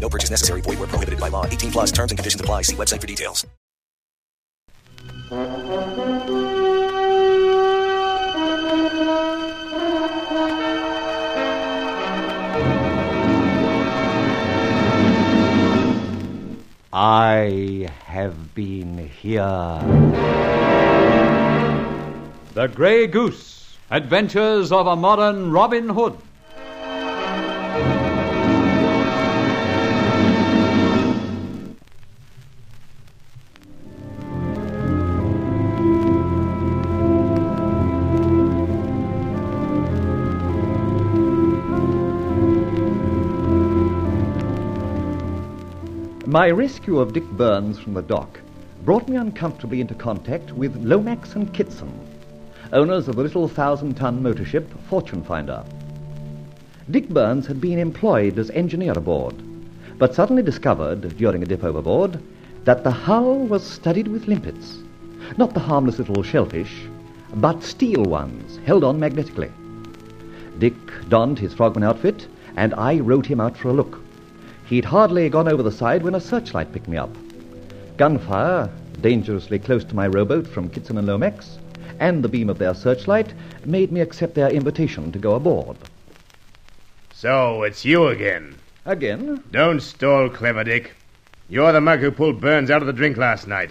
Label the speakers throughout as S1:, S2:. S1: No purchase necessary. Void where prohibited by law. 18 plus terms and conditions apply. See website for details.
S2: I have been here. The Grey Goose Adventures of a Modern Robin Hood. My rescue of Dick Burns from the dock brought me uncomfortably into contact with Lomax and Kitson, owners of the little thousand ton motor ship Fortune Finder. Dick Burns had been employed as engineer aboard, but suddenly discovered, during a dip overboard, that the hull was studded with limpets. Not the harmless little shellfish, but steel ones held on magnetically. Dick donned his frogman outfit, and I rowed him out for a look. He'd hardly gone over the side when a searchlight picked me up. Gunfire, dangerously close to my rowboat from Kitson and Lomax, and the beam of their searchlight made me accept their invitation to go aboard.
S3: So, it's you again.
S2: Again,
S3: Don't stall, clever Dick. You're the mug who pulled Burns out of the drink last night.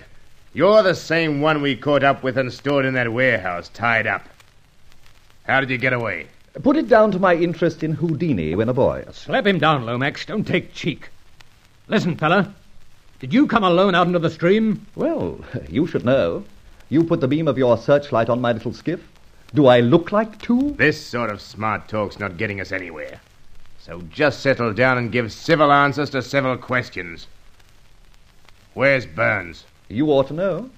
S3: You're the same one we caught up with and stored in that warehouse, tied up. How did you get away?
S2: put it down to my interest in Houdini when a boy.
S4: Slap him down, Lomax. Don't take cheek. Listen, fella. Did you come alone out into the stream?
S2: Well, you should know. You put the beam of your searchlight on my little skiff. Do I look like two?
S3: This sort of smart talk's not getting us anywhere. So just settle down and give civil answers to civil questions. Where's Burns?
S2: You ought to know.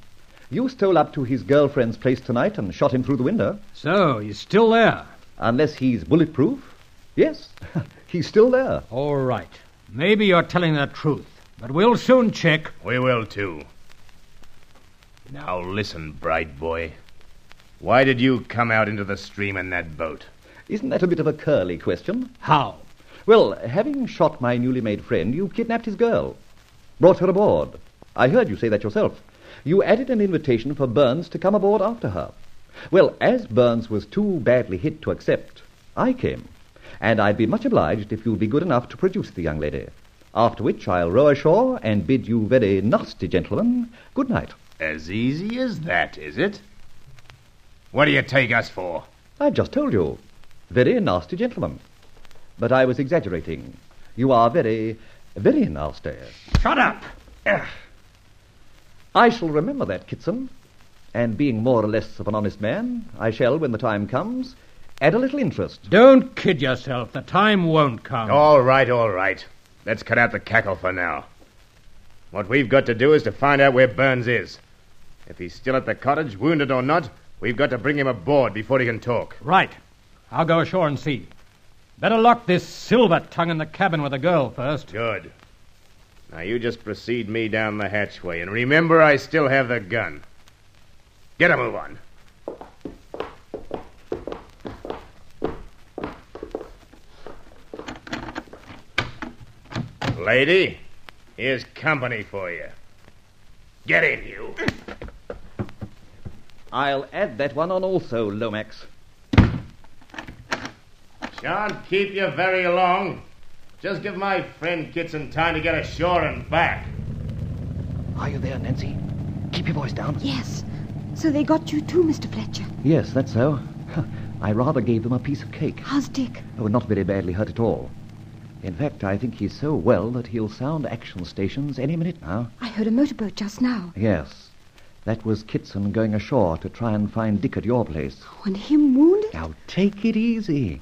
S2: You stole up to his girlfriend's place tonight and shot him through the window.
S4: So, he's still there.
S2: Unless he's bulletproof. Yes, he's still there.
S4: All right. Maybe you're telling the truth, but we'll soon check.
S3: We will too. Now listen, bright boy. Why did you come out into the stream in that boat?
S2: Isn't that a bit of a curly question?
S4: How?
S2: Well, having shot my newly made friend, you kidnapped his girl, brought her aboard. I heard you say that yourself. You added an invitation for Burns to come aboard after her. Well, as Burns was too badly hit to accept, I came, and I'd be much obliged if you'd be good enough to produce the young lady. After which I'll row ashore and bid you very nasty gentlemen good night.
S3: As easy as that, is it? What do you take us for?
S2: I've just told you. Very nasty gentlemen. But I was exaggerating. You are very, very nasty.
S4: Shut up!
S2: I shall remember that, Kitson. And being more or less of an honest man, I shall, when the time comes, add a little interest.
S4: Don't kid yourself. The time won't come.
S3: All right, all right. Let's cut out the cackle for now. What we've got to do is to find out where Burns is. If he's still at the cottage, wounded or not, we've got to bring him aboard before he can talk.
S4: Right. I'll go ashore and see. Better lock this silver tongue in the cabin with the girl first.
S3: Good. Now you just precede me down the hatchway, and remember I still have the gun. Get a move on. Lady, here's company for you. Get in, you.
S2: I'll add that one on also, Lomax.
S3: Shan't keep you very long. Just give my friend Kitson time to get ashore and back.
S2: Are you there, Nancy? Keep your voice down.
S5: Yes. So they got you too, Mr. Fletcher.
S2: Yes, that's so. I rather gave them a piece of cake.
S5: How's Dick?
S2: Oh, not very badly hurt at all. In fact, I think he's so well that he'll sound action stations any minute now.
S5: I heard a motorboat just now.
S2: Yes. That was Kitson going ashore to try and find Dick at your place.
S5: Oh, and him wounded?
S2: Now, take it easy.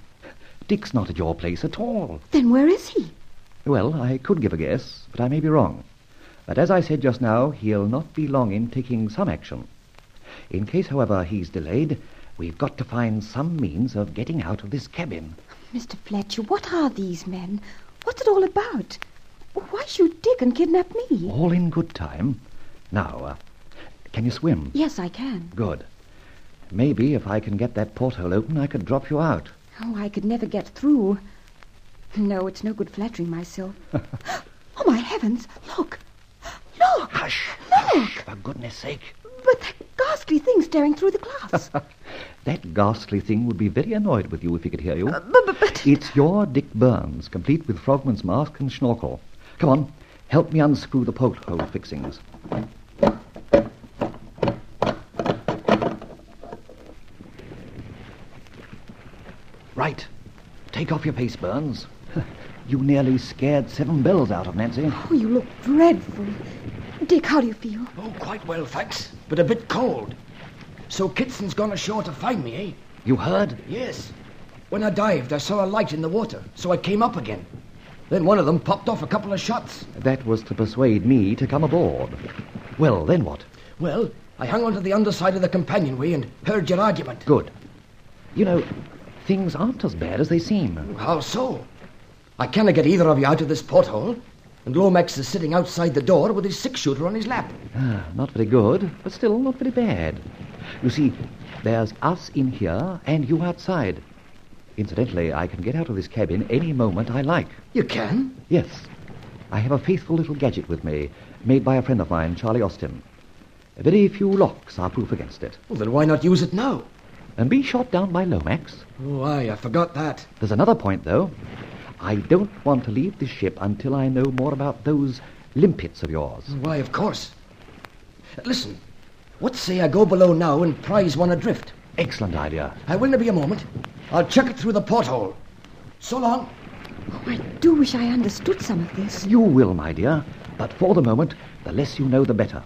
S2: Dick's not at your place at all.
S5: Then where is he?
S2: Well, I could give a guess, but I may be wrong. But as I said just now, he'll not be long in taking some action. In case, however, he's delayed, we've got to find some means of getting out of this cabin.
S5: Mr. Fletcher, what are these men? What's it all about? Why shoot Dick and kidnap me?
S2: All in good time. Now, uh, can you swim?
S5: Yes, I can.
S2: Good. Maybe if I can get that porthole open, I could drop you out.
S5: Oh, I could never get through. No, it's no good flattering myself. oh, my heavens! Look! Look!
S2: Hush!
S5: Look!
S2: For goodness sake.
S5: But that ghastly thing staring through the glass. but,
S2: That ghastly thing would be very annoyed with you if he could hear you.
S5: but, but...
S2: It's your Dick Burns, complete with frogman's mask and snorkel. Come on, help me unscrew the porthole fixings. Right. Take off your pace, Burns. You nearly scared seven bells out of Nancy.
S5: Oh, you look dreadful. Dick, how do you feel?
S6: Oh, quite well, thanks, but a bit cold. So Kitson's gone ashore to find me, eh?
S2: You heard?
S6: Yes. When I dived, I saw a light in the water, so I came up again. Then one of them popped off a couple of shots.
S2: That was to persuade me to come aboard. Well, then what?
S6: Well, I hung onto the underside of the companionway and heard your argument.
S2: Good. You know, things aren't as bad as they seem.
S6: How so? I cannot get either of you out of this porthole, and Lomax is sitting outside the door with his six shooter on his lap.
S2: Ah, not very good, but still not very bad. You see, there's us in here and you outside. Incidentally, I can get out of this cabin any moment I like.
S6: You can?
S2: Yes, I have a faithful little gadget with me, made by a friend of mine, Charlie Austin. Very few locks are proof against it.
S6: Well, then why not use it now?
S2: And be shot down by Lomax?
S6: Oh, aye, I forgot that.
S2: There's another point, though. I don't want to leave this ship until I know more about those limpets of yours.
S6: Why, of course. Listen, what say I go below now and prize one adrift?
S2: Excellent idea.
S6: I will not be a moment. I'll chuck it through the porthole. So long.
S5: Oh, I do wish I understood some of this.
S2: You will, my dear, but for the moment, the less you know, the better.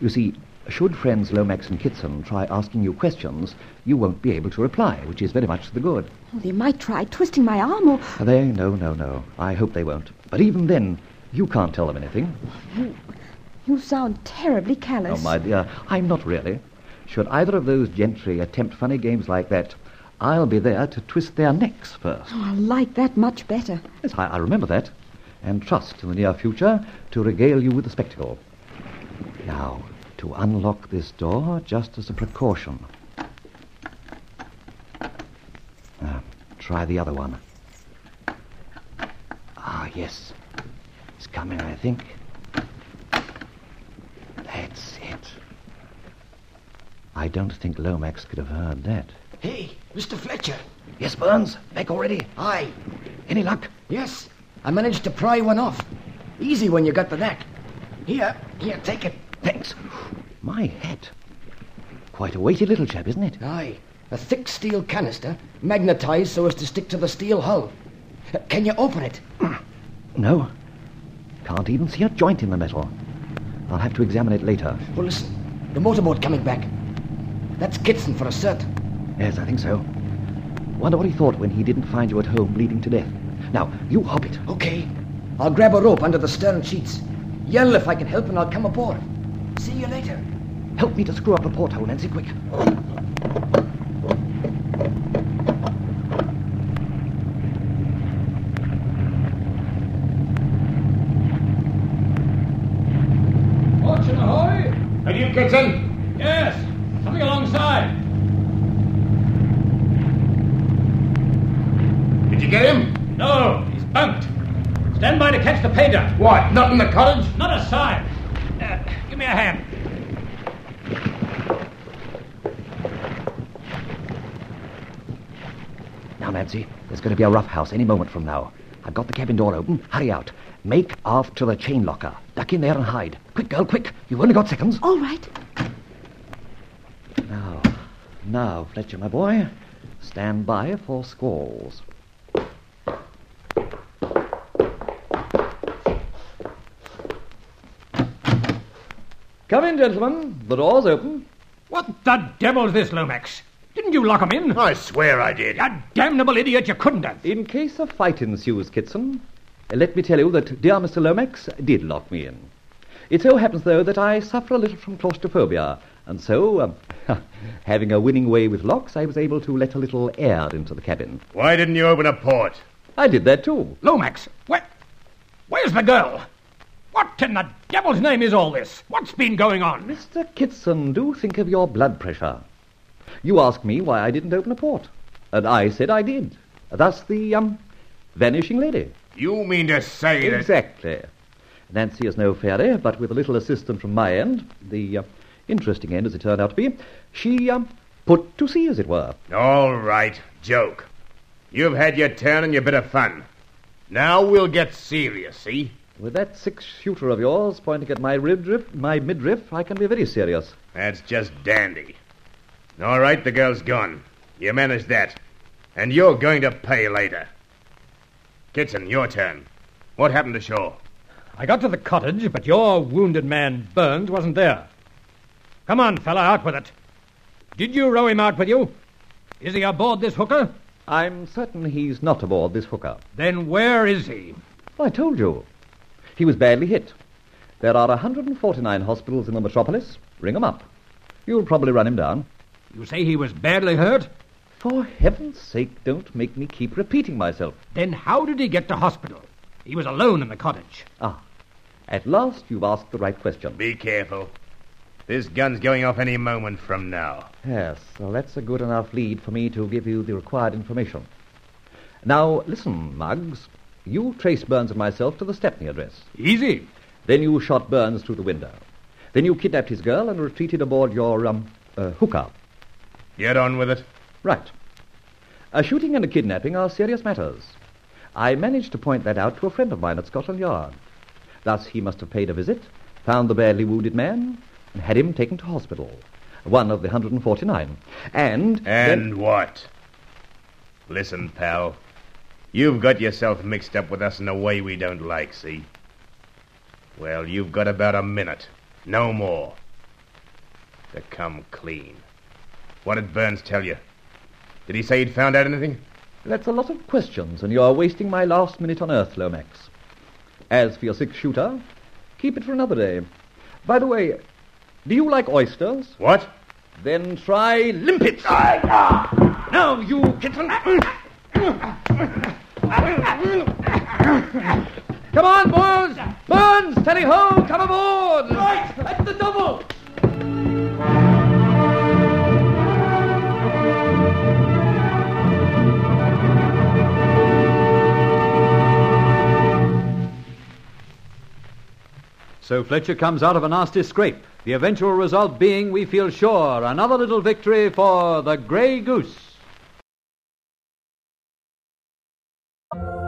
S2: You see, should friends Lomax and Kitson try asking you questions, you won't be able to reply, which is very much to the good.
S5: Oh, they might try twisting my arm or.
S2: They, no, no, no. I hope they won't. But even then, you can't tell them anything.
S5: You sound terribly
S2: Oh,
S5: callous.
S2: my dear, I'm not really. Should either of those gentry attempt funny games like that, I'll be there to twist their necks first.
S5: Oh, I like that much better.
S2: Yes, I, I remember that, and trust in the near future to regale you with the spectacle. Now, to unlock this door just as a precaution. Ah, try the other one. Ah, yes. It's coming, I think. That's it. I don't think Lomax could have heard that.
S6: Hey, Mr. Fletcher.
S2: Yes, Burns, back already.
S6: Aye.
S2: Any luck?
S6: Yes, I managed to pry one off. Easy when you got the knack. Here, here, take it.
S2: Thanks. My hat. Quite a weighty little chap, isn't it?
S6: Aye. A thick steel canister, magnetized so as to stick to the steel hull. Uh, Can you open it?
S2: No. Can't even see a joint in the metal. I'll have to examine it later.
S6: Well, listen. The motorboat coming back. That's Kitson for a cert.
S2: Yes, I think so. Wonder what he thought when he didn't find you at home bleeding to death. Now, you hop it.
S6: Okay. I'll grab a rope under the stern sheets. Yell if I can help and I'll come aboard. See you later.
S2: Help me to screw up the porthole, Nancy, quick.
S4: Fortune ahoy!
S3: And you, Kitson?
S4: Yes, coming alongside.
S3: Did you get him?
S4: No, he's bunked. Stand by to catch the painter.
S3: What? Not in the cottage?
S4: Not a sign. Uh, give me a hand.
S2: Now, Nancy, there's going to be a rough house any moment from now. I've got the cabin door open. Hurry out. Make aft to the chain locker. Duck in there and hide.
S6: Quick, girl, quick. You've only got seconds.
S5: All right.
S2: Now, now, Fletcher, my boy, stand by for squalls. Come in, gentlemen. The door's open.
S4: What the devil's this, Lomax? Didn't you lock 'em in?
S3: I swear I did.
S4: You damnable idiot, you couldn't have.
S2: In case a fight ensues, Kitson, let me tell you that dear Mr. Lomax did lock me in. It so happens, though, that I suffer a little from claustrophobia, and so, um, having a winning way with locks, I was able to let a little air into the cabin.
S3: Why didn't you open a port?
S2: I did that, too.
S4: Lomax, where, where's the girl? What in the devil's name is all this? What's been going on?
S2: Mr. Kitson, do think of your blood pressure. You ask me why I didn't open a port, and I said I did. Thus the, um, vanishing lady.
S3: You mean to say that.
S2: Exactly. Nancy is no fairy, but with a little assistance from my end, the uh, interesting end as it turned out to be, she um, put to sea, as it were.
S3: All right, joke. You've had your turn and your bit of fun. Now we'll get serious, see?
S2: With that six shooter of yours pointing at my midriff, my midriff, I can be very serious.
S3: That's just dandy. All right, the girl's gone. You managed that. And you're going to pay later. Kitson, your turn. What happened to Shaw?
S4: I got to the cottage, but your wounded man, Burns, wasn't there. Come on, fella, out with it. Did you row him out with you? Is he aboard this hooker?
S2: I'm certain he's not aboard this hooker.
S4: Then where is he?
S2: I told you. He was badly hit. There are 149 hospitals in the metropolis. Ring 'em up. You'll probably run him down.
S4: You say he was badly hurt?
S2: For heaven's sake, don't make me keep repeating myself.
S4: Then how did he get to hospital? He was alone in the cottage.
S2: Ah, at last you've asked the right question.
S3: Be careful. This gun's going off any moment from now.
S2: Yes, well, that's a good enough lead for me to give you the required information. Now, listen, Muggs. You traced Burns and myself to the Stepney address.
S4: Easy.
S2: Then you shot Burns through the window. Then you kidnapped his girl and retreated aboard your, um, uh, hooker.
S3: Get on with it.
S2: Right. A shooting and a kidnapping are serious matters. I managed to point that out to a friend of mine at Scotland Yard. Thus, he must have paid a visit, found the badly wounded man, and had him taken to hospital. One of the 149. And.
S3: And what? Listen, pal. You've got yourself mixed up with us in a way we don't like, see? Well, you've got about a minute, no more, to come clean. What did Burns tell you? Did he say he'd found out anything?
S2: That's a lot of questions, and you're wasting my last minute on Earth, Lomax. As for your six shooter, keep it for another day. By the way, do you like oysters?
S3: What?
S2: Then try limpets. Now, you kitten. Come on, boys! Burns, steady ho! Come aboard! Right, at the double!
S7: So Fletcher comes out of a nasty scrape. The eventual result being, we feel sure, another little victory for the Grey Goose.